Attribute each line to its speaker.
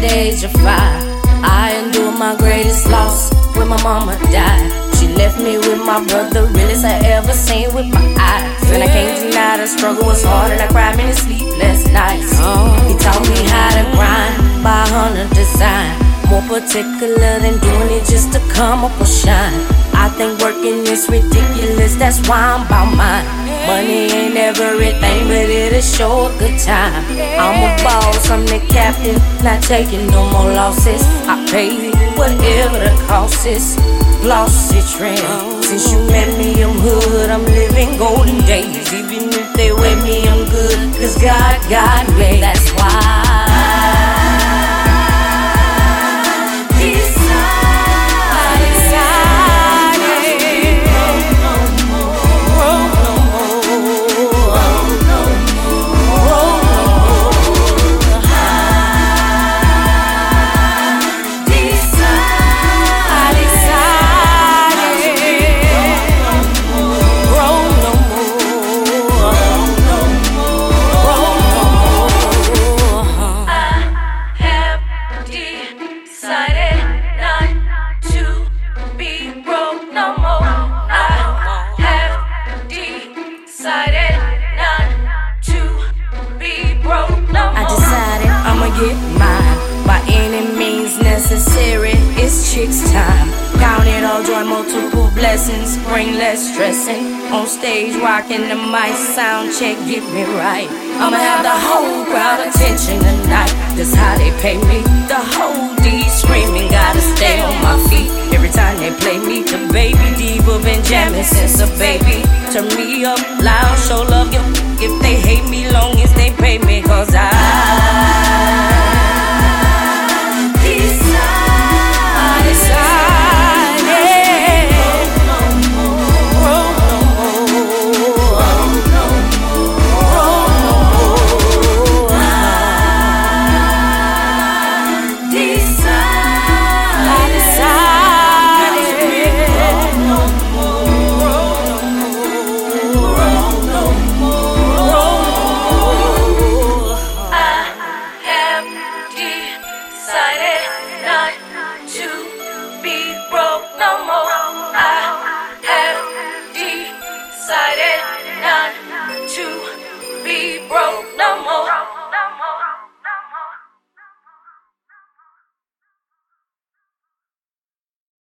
Speaker 1: the age of five. I endured my greatest loss when my mama died. She left me with my brother, realest I ever seen with my eyes. And I can't deny the struggle was hard, and I cried many sleepless nights. He taught me how to grind by hunter design. More particular than doing it just to come up or shine. I think working is ridiculous, that's why I'm about mine. Money ain't everything, but it'll show a good time. I'm a boss, I'm the captain, not taking no more losses. I pay whatever the cost is. Glossy trend. Since you met me, I'm hood. I'm living golden days. Even if they weigh me, I'm good. Cause God, God made. That's why. Decided.
Speaker 2: Decided not to be broke no more. I have decided not to be broke no more.
Speaker 1: I decided I'ma get mine by any means necessary. It's chicks time. Count it all, joy, multiple blessings, bring less stressing. On stage, rocking the mic, sound check, get me right. I'ma have the whole crowd attention tonight. That's how they pay me. The whole D screaming, gotta stay on my feet. Every time they play me, the baby diva been jamming since a baby. Turn me up loud, show love. Give if they hate me, long as they pay me, cause I.
Speaker 2: have decided not to be broke no more. I have decided not to be broke no more.